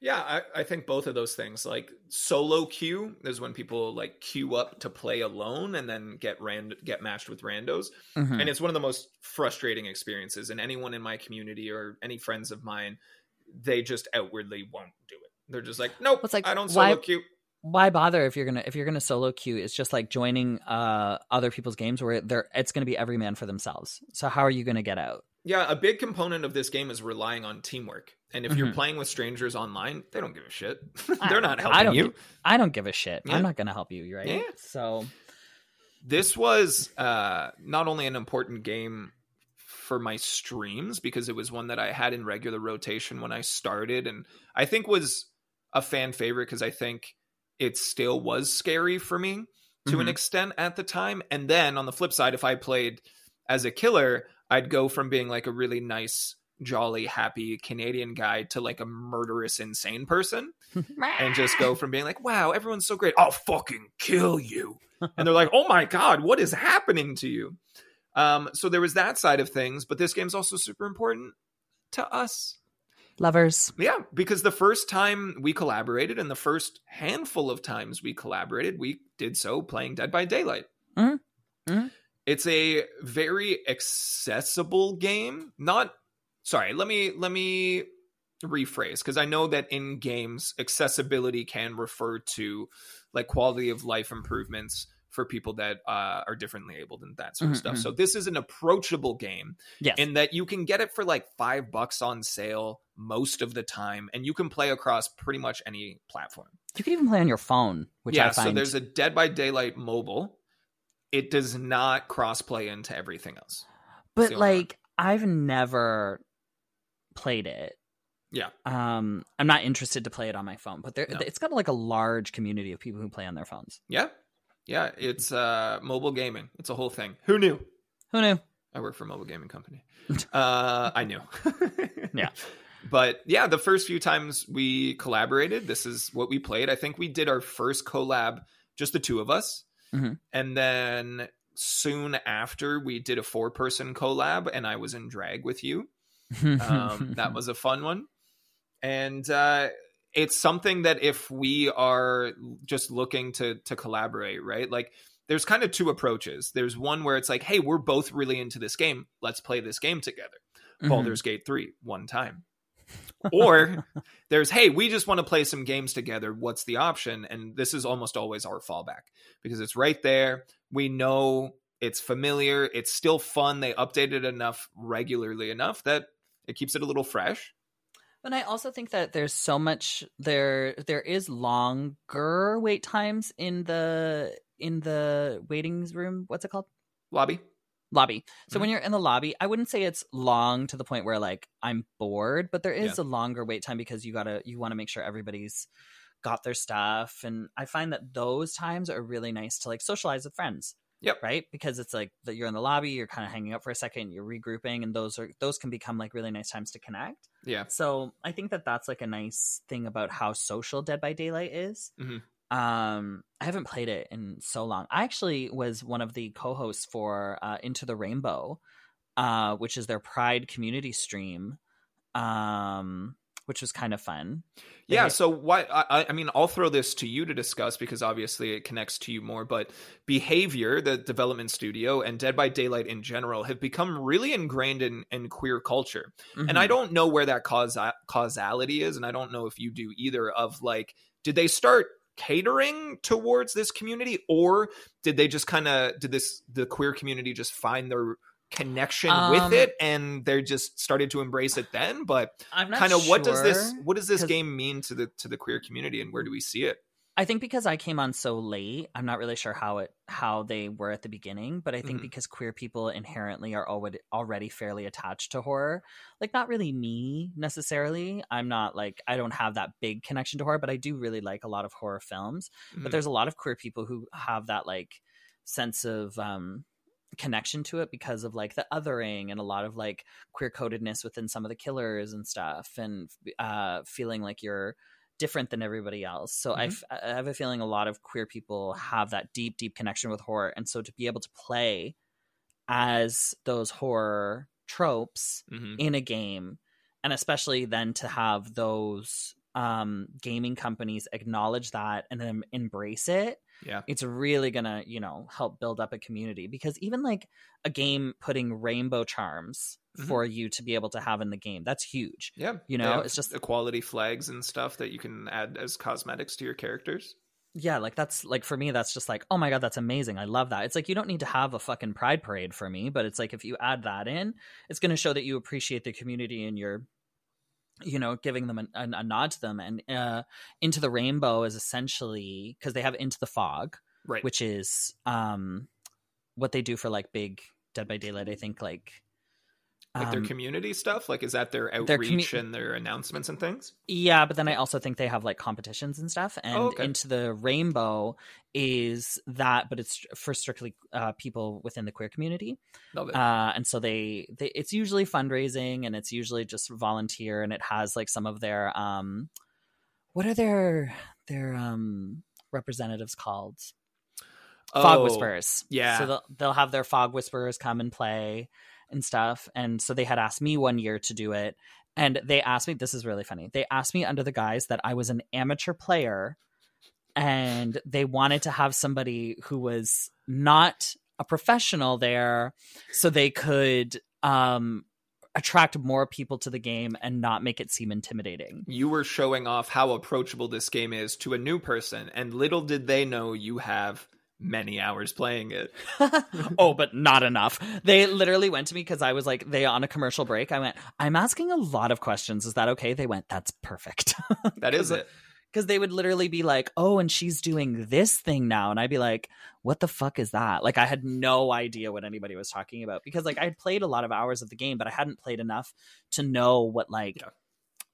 Speaker 1: Yeah, I, I think both of those things. Like solo queue is when people like queue up to play alone and then get rand get matched with randos.
Speaker 3: Mhm.
Speaker 1: And it's one of the most frustrating experiences. And anyone in my community or any friends of mine, they just outwardly won't do it. They're just like, nope,
Speaker 3: Well, it's like,
Speaker 1: I don't
Speaker 3: why-
Speaker 1: solo queue.
Speaker 3: why bother if you're gonna if you're gonna solo queue it's just like joining uh other people's games where they're it's gonna be every man for themselves so how are you gonna get out
Speaker 1: Yeah, a big component of this game is relying on teamwork. And if you're
Speaker 3: Mhm.
Speaker 1: playing with strangers online, they don't give a shit.
Speaker 3: I
Speaker 1: They're
Speaker 3: don't-
Speaker 1: not
Speaker 3: I
Speaker 1: helping
Speaker 3: don't
Speaker 1: you.
Speaker 3: gi- i don't give a shit
Speaker 1: Yeah.
Speaker 3: i'm not gonna help you you right
Speaker 1: Yeah.
Speaker 3: so
Speaker 1: this was uh, not only an important game for my streams because it was one that I had in regular rotation when I started, and I think was a fan favorite because I think it still was scary for me to an
Speaker 3: Mhm.
Speaker 1: extent at the time. And then on the flip side, if I played as a killer, I'd go from being like a really nice, jolly, happy Canadian guy to like a murderous, insane person and just go from being like, wow, everyone's so great. I'll fucking kill you. And they're like, oh my God, what is happening to you? Um, so there was that side of things, but this game's also super important to us.
Speaker 3: lovers
Speaker 1: Yeah, because the first time we collaborated and the first handful of times we collaborated, we did so playing Dead by Daylight.
Speaker 3: Mhm. Mhm.
Speaker 1: It's a very accessible game. Not sorry, let me let me rephrase because I know that in games accessibility can refer to like quality of life improvements for people that uh, are differently abled and that sort of
Speaker 3: Mhm,
Speaker 1: stuff.
Speaker 3: mhm.
Speaker 1: So this is an approachable game
Speaker 3: yes
Speaker 1: in that you can get it for like five bucks on sale most of the time, and you can play across pretty much any platform.
Speaker 3: you can even play on your phone which
Speaker 1: yeah,
Speaker 3: i find
Speaker 1: so there's a Dead by Daylight mobile. It does not cross play into everything else.
Speaker 3: but
Speaker 1: the only one.
Speaker 3: like i've never played it
Speaker 1: Yeah.
Speaker 3: um i'm not interested to play it on my phone but there
Speaker 1: No.
Speaker 3: it's got like a large community of people who play on their phones
Speaker 1: Yeah, yeah, it's uh, mobile gaming. It's a whole thing. Who knew?
Speaker 3: who knew
Speaker 1: I work for a mobile gaming company. Uh, I knew.
Speaker 3: Yeah.
Speaker 1: But yeah, the first few times we collaborated, this is what we played. I think we did our first collab, just the two of us.
Speaker 3: Mhm.
Speaker 1: And then soon after, we did a four person collab, and I was in drag with you. Um, that was a fun one. And uh, it's something that if we are just looking to to collaborate, right? Like there's kind of two approaches. There's one where it's like, hey, we're both really into this game. Let's play this game together.
Speaker 3: Mm-hmm.
Speaker 1: Baldur's Gate 3 one time. or there's, hey, we just want to play some games together. What's the option? And this is almost always our fallback because it's right there. We know it's familiar. It's still fun. They update it enough regularly enough that it keeps it a little fresh.
Speaker 3: But I also think that there's so much there there is longer wait times in the in the waiting room, what's it called?
Speaker 1: Lobby.
Speaker 3: Lobby. So when you're in the lobby, I wouldn't say it's long to the point where like I'm bored, but there is a longer wait time because you got to you want to make sure everybody's got their stuff and I find that those times are really nice to like socialize with friends.
Speaker 1: Yep.
Speaker 3: Right? Because it's like that you're in the lobby, you're kind of hanging out for a second, you're regrouping and those are those can become like really nice times to connect.
Speaker 1: Yeah.
Speaker 3: So I think that that's like a nice thing about how social Dead by Daylight is.
Speaker 1: Mhm.
Speaker 3: Um, I haven't played it in so long. I actually was one of the co-hosts for uh, Into the Rainbow, uh, which is their Pride community stream, um, which was kind of fun. They
Speaker 1: Yeah.
Speaker 3: had-
Speaker 1: So why? I, I- I mean, I'll throw this to you to discuss because obviously it connects to you more. But behavior, the development studio, and Dead by Daylight in general have become really ingrained in, in queer culture. and I
Speaker 3: Mhm.
Speaker 1: don't know where that cause causality is, and I don't know if you do either. Of like, did they start catering towards this community, or did they just kind of did this the queer community just find their connection
Speaker 3: Um,
Speaker 1: with it and they just started to embrace it then but
Speaker 3: Mm-hmm. I'm not
Speaker 1: kind of what does this
Speaker 3: sure.
Speaker 1: what does this
Speaker 3: 'cause-
Speaker 1: game mean to the to the queer community and where do we see it
Speaker 3: I think because I came on so late, I'm not really sure how it how they were at the beginning, but I think
Speaker 1: Mhm.
Speaker 3: because queer people inherently are already already fairly attached to horror, like not really me necessarily. I'm not like I don't have that big connection to horror, but I do really like a lot of horror films. But
Speaker 1: Mhm.
Speaker 3: there's a lot of queer people who have that like sense of um connection to it because of like the othering and a lot of like queer codedness within some of the killers and stuff and uh feeling like you're different than everybody else so I f I I have a feeling a lot of queer people have that deep deep connection with horror and so to be able to play as those horror tropes
Speaker 1: Mhm.
Speaker 3: in a game and especially then to have those um gaming companies acknowledge that and then embrace it
Speaker 1: yeah
Speaker 3: it's really gonna you know help build up a community because even like a game putting rainbow charms
Speaker 1: Mhm.
Speaker 3: for you to be able to have in the game that's huge
Speaker 1: yeah
Speaker 3: you
Speaker 1: They
Speaker 3: know,
Speaker 1: have
Speaker 3: it's just-
Speaker 1: equality flags and stuff that you can add as cosmetics to your characters
Speaker 3: yeah like that's like for me that's just like oh my god that's amazing i love that it's like you don't need to have a fucking pride parade for me but it's like if you add that in it's gonna show that you appreciate the community and you're you know giving them an, an, a nod to them and uh into the rainbow is essentially because they have into the fog
Speaker 1: right
Speaker 3: which is um what they do for like big Dead by Daylight. I think like
Speaker 1: like their
Speaker 3: um,
Speaker 1: community stuff like is that their outreach
Speaker 3: their commu-
Speaker 1: and their announcements and things
Speaker 3: yeah, but then I also think they have like competitions and stuff. And
Speaker 1: okay.
Speaker 3: Into the Rainbow is that, but it's for strictly uh, people within the queer community.
Speaker 1: love it
Speaker 3: Uh, and so they, they, it's usually fundraising and it's usually just volunteer and it has like some of their, um, what are their, their, um, representatives called? fog
Speaker 1: Oh,
Speaker 3: whisperers.
Speaker 1: yeah.
Speaker 3: So they'll, they'll have their fog whisperers come and play and stuff. And so they had asked me one year to do it. And they asked me, this is really funny. They asked me under the guise that I was an amateur player and they wanted to have somebody who was not a professional there so they could um, attract more people to the game and not make it seem intimidating.
Speaker 1: you were showing off how approachable this game is to a new person and little did they know you have many hours playing it
Speaker 3: oh, but not enough. They literally went to me because I was like, they on a commercial break. I went, I'm asking a lot of questions. Is that okay? They went, that's perfect.
Speaker 1: that is
Speaker 3: 'Cause,
Speaker 1: it
Speaker 3: Because they would literally be like, oh, and she's doing this thing now. And I'd be like, what the fuck is that? Like, I had no idea what anybody was talking about because, like, I'd played a lot of hours of the game, but I hadn't played enough to know what, like,
Speaker 1: Yeah.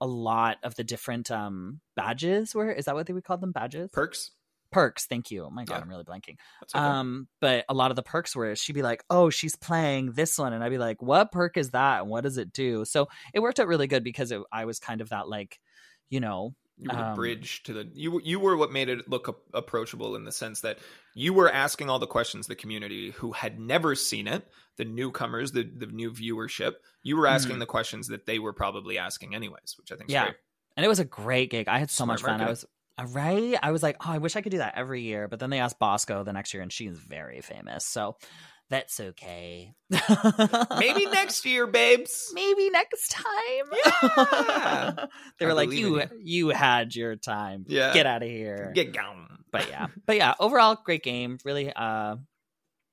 Speaker 3: a lot of the different um badges were. Is that what they would call them? Badges?
Speaker 1: perks
Speaker 3: Perks. Thank you. Oh my God,
Speaker 1: Yeah.
Speaker 3: I'm really blanking.
Speaker 1: That's okay.
Speaker 3: Um, but a lot of the perks were she'd be like, "Oh, she's playing this one," and I'd be like, "What perk is that? And what does it do?" So it worked out really good because it, I was kind of that like, you know,
Speaker 1: You were the
Speaker 3: Um,
Speaker 1: bridge to the you. were- You were what made it look ap- approachable in the sense that you were asking all the questions the community who had never seen it, the newcomers, the the new viewership. You were asking
Speaker 3: Mhm.
Speaker 1: the questions that they were probably asking anyways, which I think is
Speaker 3: Yeah.
Speaker 1: great.
Speaker 3: and it was a great gig. I had so
Speaker 1: Smart
Speaker 3: much fun. I
Speaker 1: marketing.
Speaker 3: was uh, right. I was like, "Oh, I wish I could do that every year." But then they asked Bosco the next year, and she's very famous, so that's okay.
Speaker 1: Maybe next year, babes.
Speaker 3: maybe next time.
Speaker 1: Yeah.
Speaker 3: they
Speaker 1: I
Speaker 3: were like,
Speaker 1: believe in
Speaker 3: "You, you had your time.
Speaker 1: Yeah.
Speaker 3: Get out of here.
Speaker 1: Get gone.
Speaker 3: but yeah but yeah overall great game really uh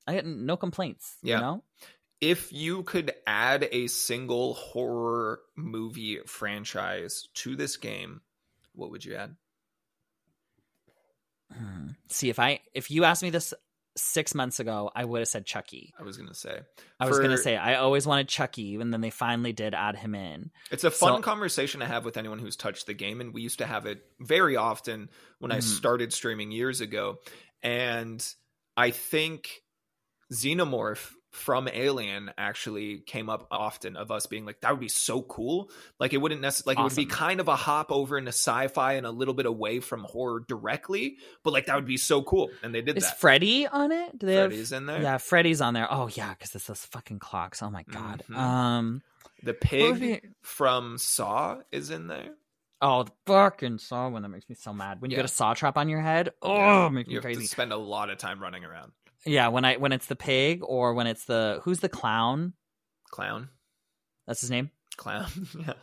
Speaker 3: i had no complaints
Speaker 1: Yeah.
Speaker 3: you know
Speaker 1: if you could add a single horror movie franchise to this game, what would you add?
Speaker 3: Hmm. see if i if you asked me this six months ago i would have said chucky
Speaker 1: I was gonna say.
Speaker 3: i was gonna
Speaker 1: For-
Speaker 3: say i always wanted chucky and then they finally did add him in
Speaker 1: It's a fun
Speaker 3: So-
Speaker 1: conversation to have with anyone who's touched the game, and we used to have it very often when I
Speaker 3: Mhm.
Speaker 1: started streaming years ago. And I think Xenomorph from Alien actually came up often of us being like, "That would be so cool!" Like it wouldn't necessarily like it would be
Speaker 3: Awesome.
Speaker 1: kind of a hop over into sci-fi and a little bit away from horror directly, but like that would be so cool. And they did
Speaker 3: is
Speaker 1: that.
Speaker 3: freddy on it do they
Speaker 1: Freddy's
Speaker 3: have
Speaker 1: in there.
Speaker 3: yeah freddy's on there oh yeah because it's those fucking clocks oh my god
Speaker 1: Mhm.
Speaker 3: um
Speaker 1: The
Speaker 3: what would
Speaker 1: pig
Speaker 3: be-
Speaker 1: from Saw is in there.
Speaker 3: oh the fucking saw one that makes me so mad when you
Speaker 1: Yeah.
Speaker 3: get a saw trap on your head oh
Speaker 1: Yeah.
Speaker 3: make me
Speaker 1: you have
Speaker 3: crazy
Speaker 1: to spend a lot of time running around.
Speaker 3: yeah when i when it's the pig or when it's the who's the clown
Speaker 1: Clown.
Speaker 3: that's his name
Speaker 1: clown. yeah.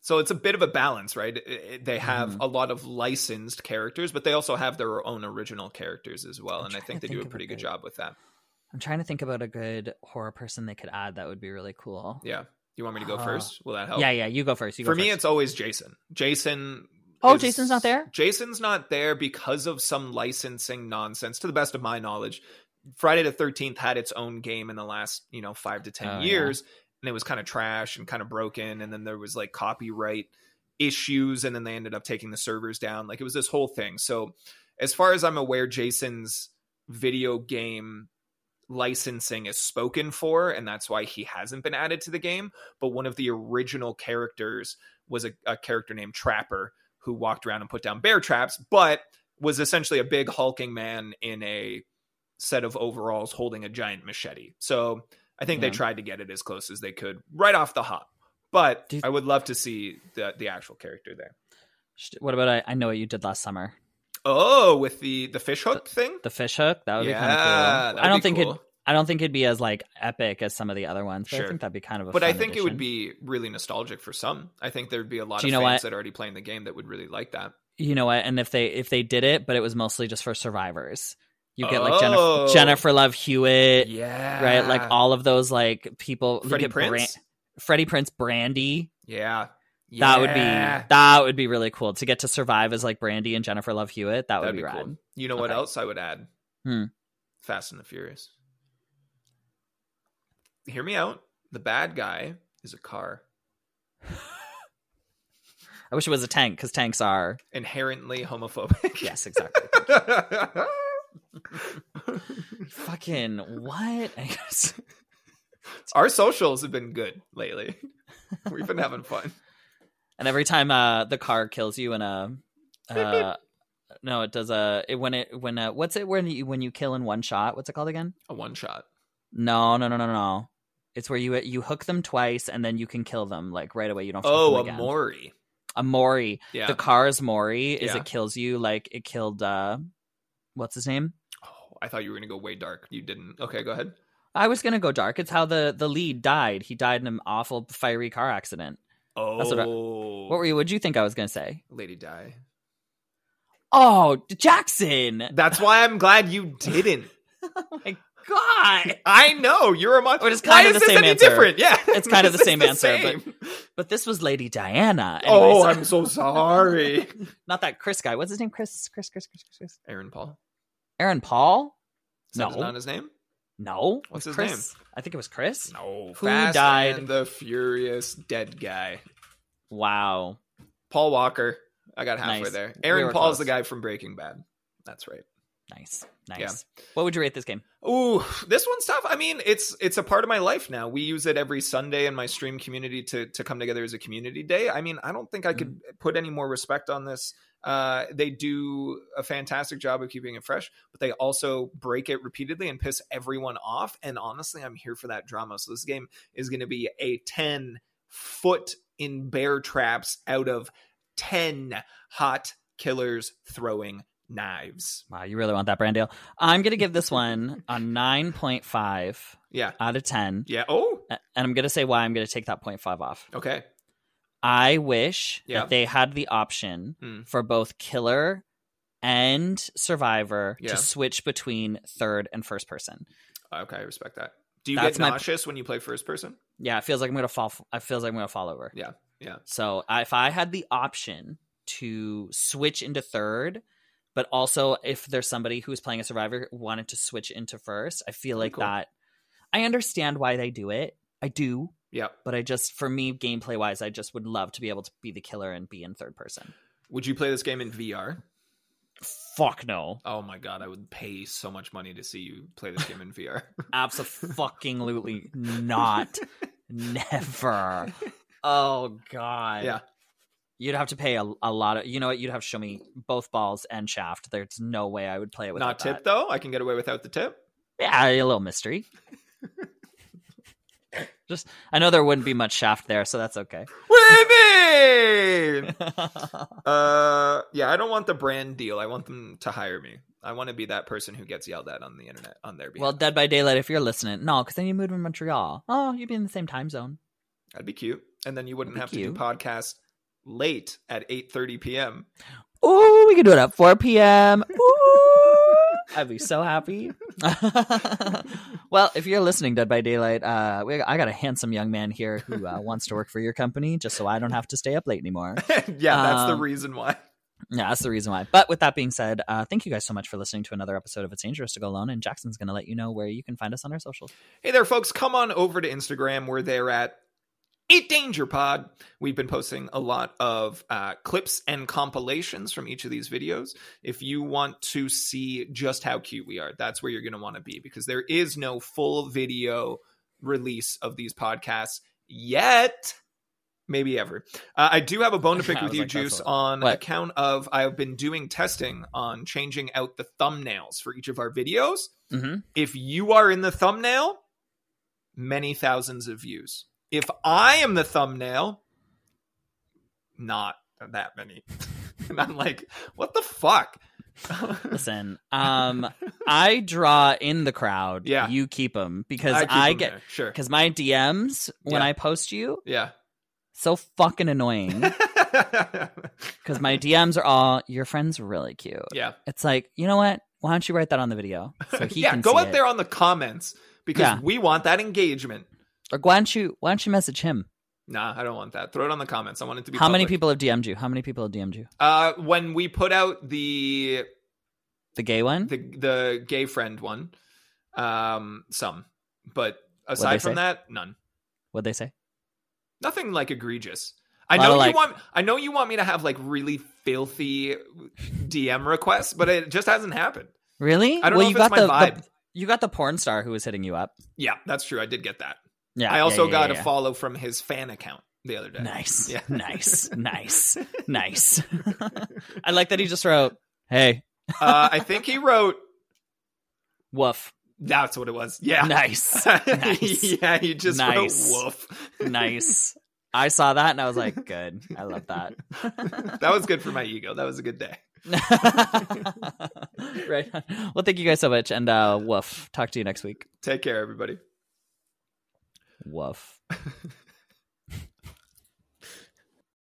Speaker 1: So it's a bit of a balance, right? It- it- They have
Speaker 3: Mhm.
Speaker 1: a lot of licensed characters, but they also have their own original characters as well,
Speaker 3: I'm
Speaker 1: and I
Speaker 3: trying
Speaker 1: think
Speaker 3: to
Speaker 1: they do
Speaker 3: think
Speaker 1: a
Speaker 3: of a
Speaker 1: pretty good
Speaker 3: good-
Speaker 1: job with that.
Speaker 3: I'm trying to think about a good horror person they could add that would be really cool.
Speaker 1: Yeah. You want me to go
Speaker 3: Uh,
Speaker 1: first? Will that help?
Speaker 3: Yeah, yeah. You go first. You go
Speaker 1: For me,
Speaker 3: first.
Speaker 1: it's always Jason. Jason.
Speaker 3: Oh,
Speaker 1: is-
Speaker 3: Jason's not there?
Speaker 1: Jason's not there because of some licensing nonsense. To the best of my knowledge, Friday the Thirteenth had its own game in the last you know five to ten
Speaker 3: Oh, yeah.
Speaker 1: years, and it was kind of trash and kind of broken. And then there was like copyright issues, and then they ended up taking the servers down. Like it was this whole thing. So, as far as I'm aware, Jason's video game licensing is spoken for, and that's why he hasn't been added to the game. But one of the original characters was a, a character named Trapper who walked around and put down bear traps, but was essentially a big hulking man in a set of overalls holding a giant machete. So I think
Speaker 3: Yeah.
Speaker 1: they tried to get it as close as they could right off the hop. But
Speaker 3: Do you-
Speaker 1: I would love to see the the actual character there.
Speaker 3: Sh- What about I, I know what you did last summer?
Speaker 1: Oh, with the the fish hook thing.
Speaker 3: The fish hook. That would
Speaker 1: yeah,
Speaker 3: be kind of
Speaker 1: that
Speaker 3: cool. I
Speaker 1: would
Speaker 3: don't
Speaker 1: be
Speaker 3: think
Speaker 1: cool.
Speaker 3: it. I don't think it'd be as like epic as some of the other ones. But I
Speaker 1: Sure.
Speaker 3: think that'd be kind of a.
Speaker 1: but I
Speaker 3: fun
Speaker 1: think it would
Speaker 3: addition.
Speaker 1: be really nostalgic for some. I think there'd be a lot
Speaker 3: Do
Speaker 1: of
Speaker 3: you know
Speaker 1: fans
Speaker 3: what?
Speaker 1: that are already playing the game that would really like that.
Speaker 3: you know what and if they if they did it but it was mostly just for survivors you get like
Speaker 1: Oh.
Speaker 3: jennifer jennifer love hewitt
Speaker 1: Yeah,
Speaker 3: right like all of those like people you
Speaker 1: Freddie
Speaker 3: get Bran-
Speaker 1: Prinze?
Speaker 3: freddie prince brandy
Speaker 1: Yeah,
Speaker 3: that would
Speaker 1: Yeah.
Speaker 3: be that would be really cool to get to survive as like brandy and jennifer love hewitt that would
Speaker 1: That'd
Speaker 3: be,
Speaker 1: be
Speaker 3: rad
Speaker 1: cool. You know what
Speaker 3: Okay.
Speaker 1: else I would add?
Speaker 3: Hmm.
Speaker 1: Fast and the Furious. Hear me out. The bad guy is a car.
Speaker 3: i wish it was a tank because tanks are
Speaker 1: Inherently homophobic.
Speaker 3: yes exactly fucking what I guess.
Speaker 1: Our socials have been good lately. We've been having fun.
Speaker 3: And every time uh, the car kills you in a, uh, no, it does a it, when it when uh, what's it when you when you kill in one shot? What's it called again?
Speaker 1: A one shot.
Speaker 3: No, no, no, no, no. It's where you you hook them twice and then you can kill them like right away. You don't. Have to hook
Speaker 1: Oh,
Speaker 3: them
Speaker 1: a
Speaker 3: again.
Speaker 1: Mori.
Speaker 3: A mori.
Speaker 1: Yeah.
Speaker 3: The car's mori is
Speaker 1: Yeah.
Speaker 3: it kills you like it killed. uh What's his name?
Speaker 1: oh, I thought you were going to go way dark. You didn't. Okay, go ahead.
Speaker 3: I was gonna go dark. It's how the the lead died. He died in an awful fiery car accident.
Speaker 1: Oh,
Speaker 3: what I- What were you? Would you think I was gonna say?
Speaker 1: Lady Di.
Speaker 3: Oh, Jackson!
Speaker 1: That's why I'm glad you didn't.
Speaker 3: Oh my god!
Speaker 1: I know you're a monster.
Speaker 3: Or it's kind
Speaker 1: Why
Speaker 3: of
Speaker 1: is
Speaker 3: the
Speaker 1: this
Speaker 3: same
Speaker 1: any
Speaker 3: answer.
Speaker 1: different? Yeah,
Speaker 3: It's kind of the
Speaker 1: This is
Speaker 3: same answer, but-
Speaker 1: same.
Speaker 3: But this was Lady Diana. Anyway,
Speaker 1: oh,
Speaker 3: so-
Speaker 1: I'm so sorry.
Speaker 3: not that Chris guy. What's his name? Chris, Chris, Chris, Chris, Chris. Chris.
Speaker 1: Aaron Paul.
Speaker 3: Aaron Paul?
Speaker 1: Is that
Speaker 3: No.
Speaker 1: not his name?
Speaker 3: No. It
Speaker 1: What's his
Speaker 3: was Chris. I think it was Chris.
Speaker 1: No.
Speaker 3: Who died?
Speaker 1: and the Furious dead guy.
Speaker 3: Wow.
Speaker 1: Paul Walker. I got halfway
Speaker 3: Nice.
Speaker 1: there.
Speaker 3: We
Speaker 1: Aaron
Speaker 3: were
Speaker 1: Paul's the
Speaker 3: close.
Speaker 1: guy from Breaking Bad. That's right.
Speaker 3: Nice. Nice. What would you rate this game?
Speaker 1: Ooh, this one's tough. I mean, it's it's a part of my life now. We use it every Sunday in my stream community to to come together as a community day. I mean, I don't think I could put any more respect on this. Uh, they do a fantastic job of keeping it fresh, but they also break it repeatedly and piss everyone off. And honestly, I'm here for that drama. So this game is going to be a ten foot in bear traps out of ten hot killers throwing knives.
Speaker 3: Wow, you really want that brand deal. I'm going to give this one a 9.5
Speaker 1: Yeah,
Speaker 3: out of 10.
Speaker 1: yeah. Oh,
Speaker 3: A- And I'm going to say why I'm going to take that 0.5 off.
Speaker 1: okay.
Speaker 3: I wish
Speaker 1: Yeah.
Speaker 3: that they had the option
Speaker 1: Mm.
Speaker 3: for both killer and survivor
Speaker 1: Yeah.
Speaker 3: to switch between third and first person.
Speaker 1: Okay, I respect that. Do you
Speaker 3: That's
Speaker 1: get
Speaker 3: my-
Speaker 1: nauseous when you play first person?
Speaker 3: Yeah, it feels like I'm gonna fall. It feels like I'm gonna fall over.
Speaker 1: Yeah, yeah.
Speaker 3: So I- if I had the option to switch into third, but also if there's somebody who's playing a survivor who wanted to switch into first, I feel
Speaker 1: That'd be
Speaker 3: like
Speaker 1: cool.
Speaker 3: that. I understand why they do it. I do,
Speaker 1: Yeah.
Speaker 3: but I just for me gameplay wise, I just would love to be able to be the killer and be in third person.
Speaker 1: Would you play this game in VR?
Speaker 3: Fuck no,
Speaker 1: Oh my god, I would pay so much money to see you play this game in VR.
Speaker 3: absolutely not, never. Oh god.
Speaker 1: Yeah.
Speaker 3: You'd have to pay a, a lot of. You know what? You'd have to show me both balls and shaft. There's no way I would play it
Speaker 1: Not
Speaker 3: without
Speaker 1: tip
Speaker 3: that.
Speaker 1: though. I can get away without the tip.
Speaker 3: Yeah, a little mystery. Just, I know there wouldn't be much shaft there, so that's okay.
Speaker 1: Women. uh, yeah, I don't want the brand deal. I want them to hire me. I want to be that person who gets yelled at on the internet on their behalf.
Speaker 3: well, Dead by Daylight, if you're listening, no, because then you moved to Montreal. Oh, you'd be in the same time zone.
Speaker 1: that'd be cute. And then you wouldn't have
Speaker 3: That'd be
Speaker 1: to do
Speaker 3: cute.
Speaker 1: podcasts late at 8:30 p.m.
Speaker 3: Ooh, we could do it at 4 p.m. Ooh. I'd be so happy. well, if you're listening, Dead by Daylight, uh, we, I got a handsome young man here who uh, wants to work for your company just so I don't have to stay up late anymore.
Speaker 1: yeah, that's the
Speaker 3: Um,
Speaker 1: reason why.
Speaker 3: Yeah, that's the reason why. But with that being said, uh, thank you guys so much for listening to another episode of It's Dangerous to Go Alone. And Jackson's going to let you know where you can find us on our socials.
Speaker 1: Hey there, folks. Come on over to Instagram. We're there at Eight Danger Pod. We've been posting a lot of uh, clips and compilations from each of these videos. If you want to see just how cute we are, that's where you're going to want to be because there is no full video release of these podcasts yet. Maybe ever. Uh, I do have a bone to pick
Speaker 3: I
Speaker 1: with
Speaker 3: was
Speaker 1: you,
Speaker 3: like, that's
Speaker 1: Juice,
Speaker 3: a-
Speaker 1: on
Speaker 3: What?
Speaker 1: account of I've been doing testing on changing out the thumbnails for each of our videos
Speaker 3: Mm-hmm.
Speaker 1: if you are in the thumbnail, many thousands of views. If I am the thumbnail, not that many. and I'm like, what the fuck?
Speaker 3: Listen, um, I draw in the crowd.
Speaker 1: Yeah.
Speaker 3: You keep them because
Speaker 1: keep
Speaker 3: I
Speaker 1: them
Speaker 3: get,
Speaker 1: there, sure.
Speaker 3: because my DMs, when
Speaker 1: Yeah.
Speaker 3: I post you,
Speaker 1: Yeah.
Speaker 3: so fucking annoying Mm-hmm. because my DMs are all, your friend's really cute.
Speaker 1: yeah.
Speaker 3: It's like, you know what? Why don't you write that on the video? So he
Speaker 1: yeah.
Speaker 3: can
Speaker 1: Go
Speaker 3: see
Speaker 1: out
Speaker 3: it.
Speaker 1: there on the comments because
Speaker 3: Yeah.
Speaker 1: we want that engagement.
Speaker 3: Or why don't you, why don't you message him?
Speaker 1: Nah, I don't want that. Throw it on the comments. I want it to be
Speaker 3: How many
Speaker 1: public.
Speaker 3: people have DM'd you? How many people have DM'd you?
Speaker 1: uh when we put out the
Speaker 3: The gay one?
Speaker 1: the the gay friend one. Um, some, but aside from
Speaker 3: say?
Speaker 1: that, none.
Speaker 3: What'd they say?
Speaker 1: Nothing like egregious. I
Speaker 3: Lot
Speaker 1: know
Speaker 3: of,
Speaker 1: you
Speaker 3: like-
Speaker 1: want. I know you want me to have like really filthy DM requests, but it just hasn't happened.
Speaker 3: Really?
Speaker 1: I don't know if it's my
Speaker 3: the,
Speaker 1: vibe.
Speaker 3: the you got the porn star who was hitting you up.
Speaker 1: Yeah, that's true. I did get that.
Speaker 3: Yeah.
Speaker 1: I
Speaker 3: yeah,
Speaker 1: also
Speaker 3: yeah,
Speaker 1: got
Speaker 3: yeah,
Speaker 1: a
Speaker 3: yeah.
Speaker 1: follow from his fan account the other day.
Speaker 3: Nice.
Speaker 1: Yeah.
Speaker 3: Nice. Nice. nice. I like that he just wrote, "Hey,
Speaker 1: uh, I think he wrote.
Speaker 3: woof."
Speaker 1: That's what it was. Yeah.
Speaker 3: Nice. Nice.
Speaker 1: yeah, he just
Speaker 3: Nice.
Speaker 1: wrote woof.
Speaker 3: nice. I saw that and I was like, "Good. I love that."
Speaker 1: that was good for my ego. That was a good day.
Speaker 3: right. on. Well, thank you guys so much and uh woof. Talk to you next week.
Speaker 1: Take care, everybody.
Speaker 3: Woof.